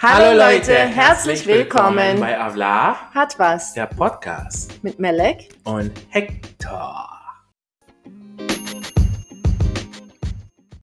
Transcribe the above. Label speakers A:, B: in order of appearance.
A: Hallo Leute, herzlich willkommen
B: bei Avla,
A: hat was
B: der Podcast
A: mit Melek
B: und Hector.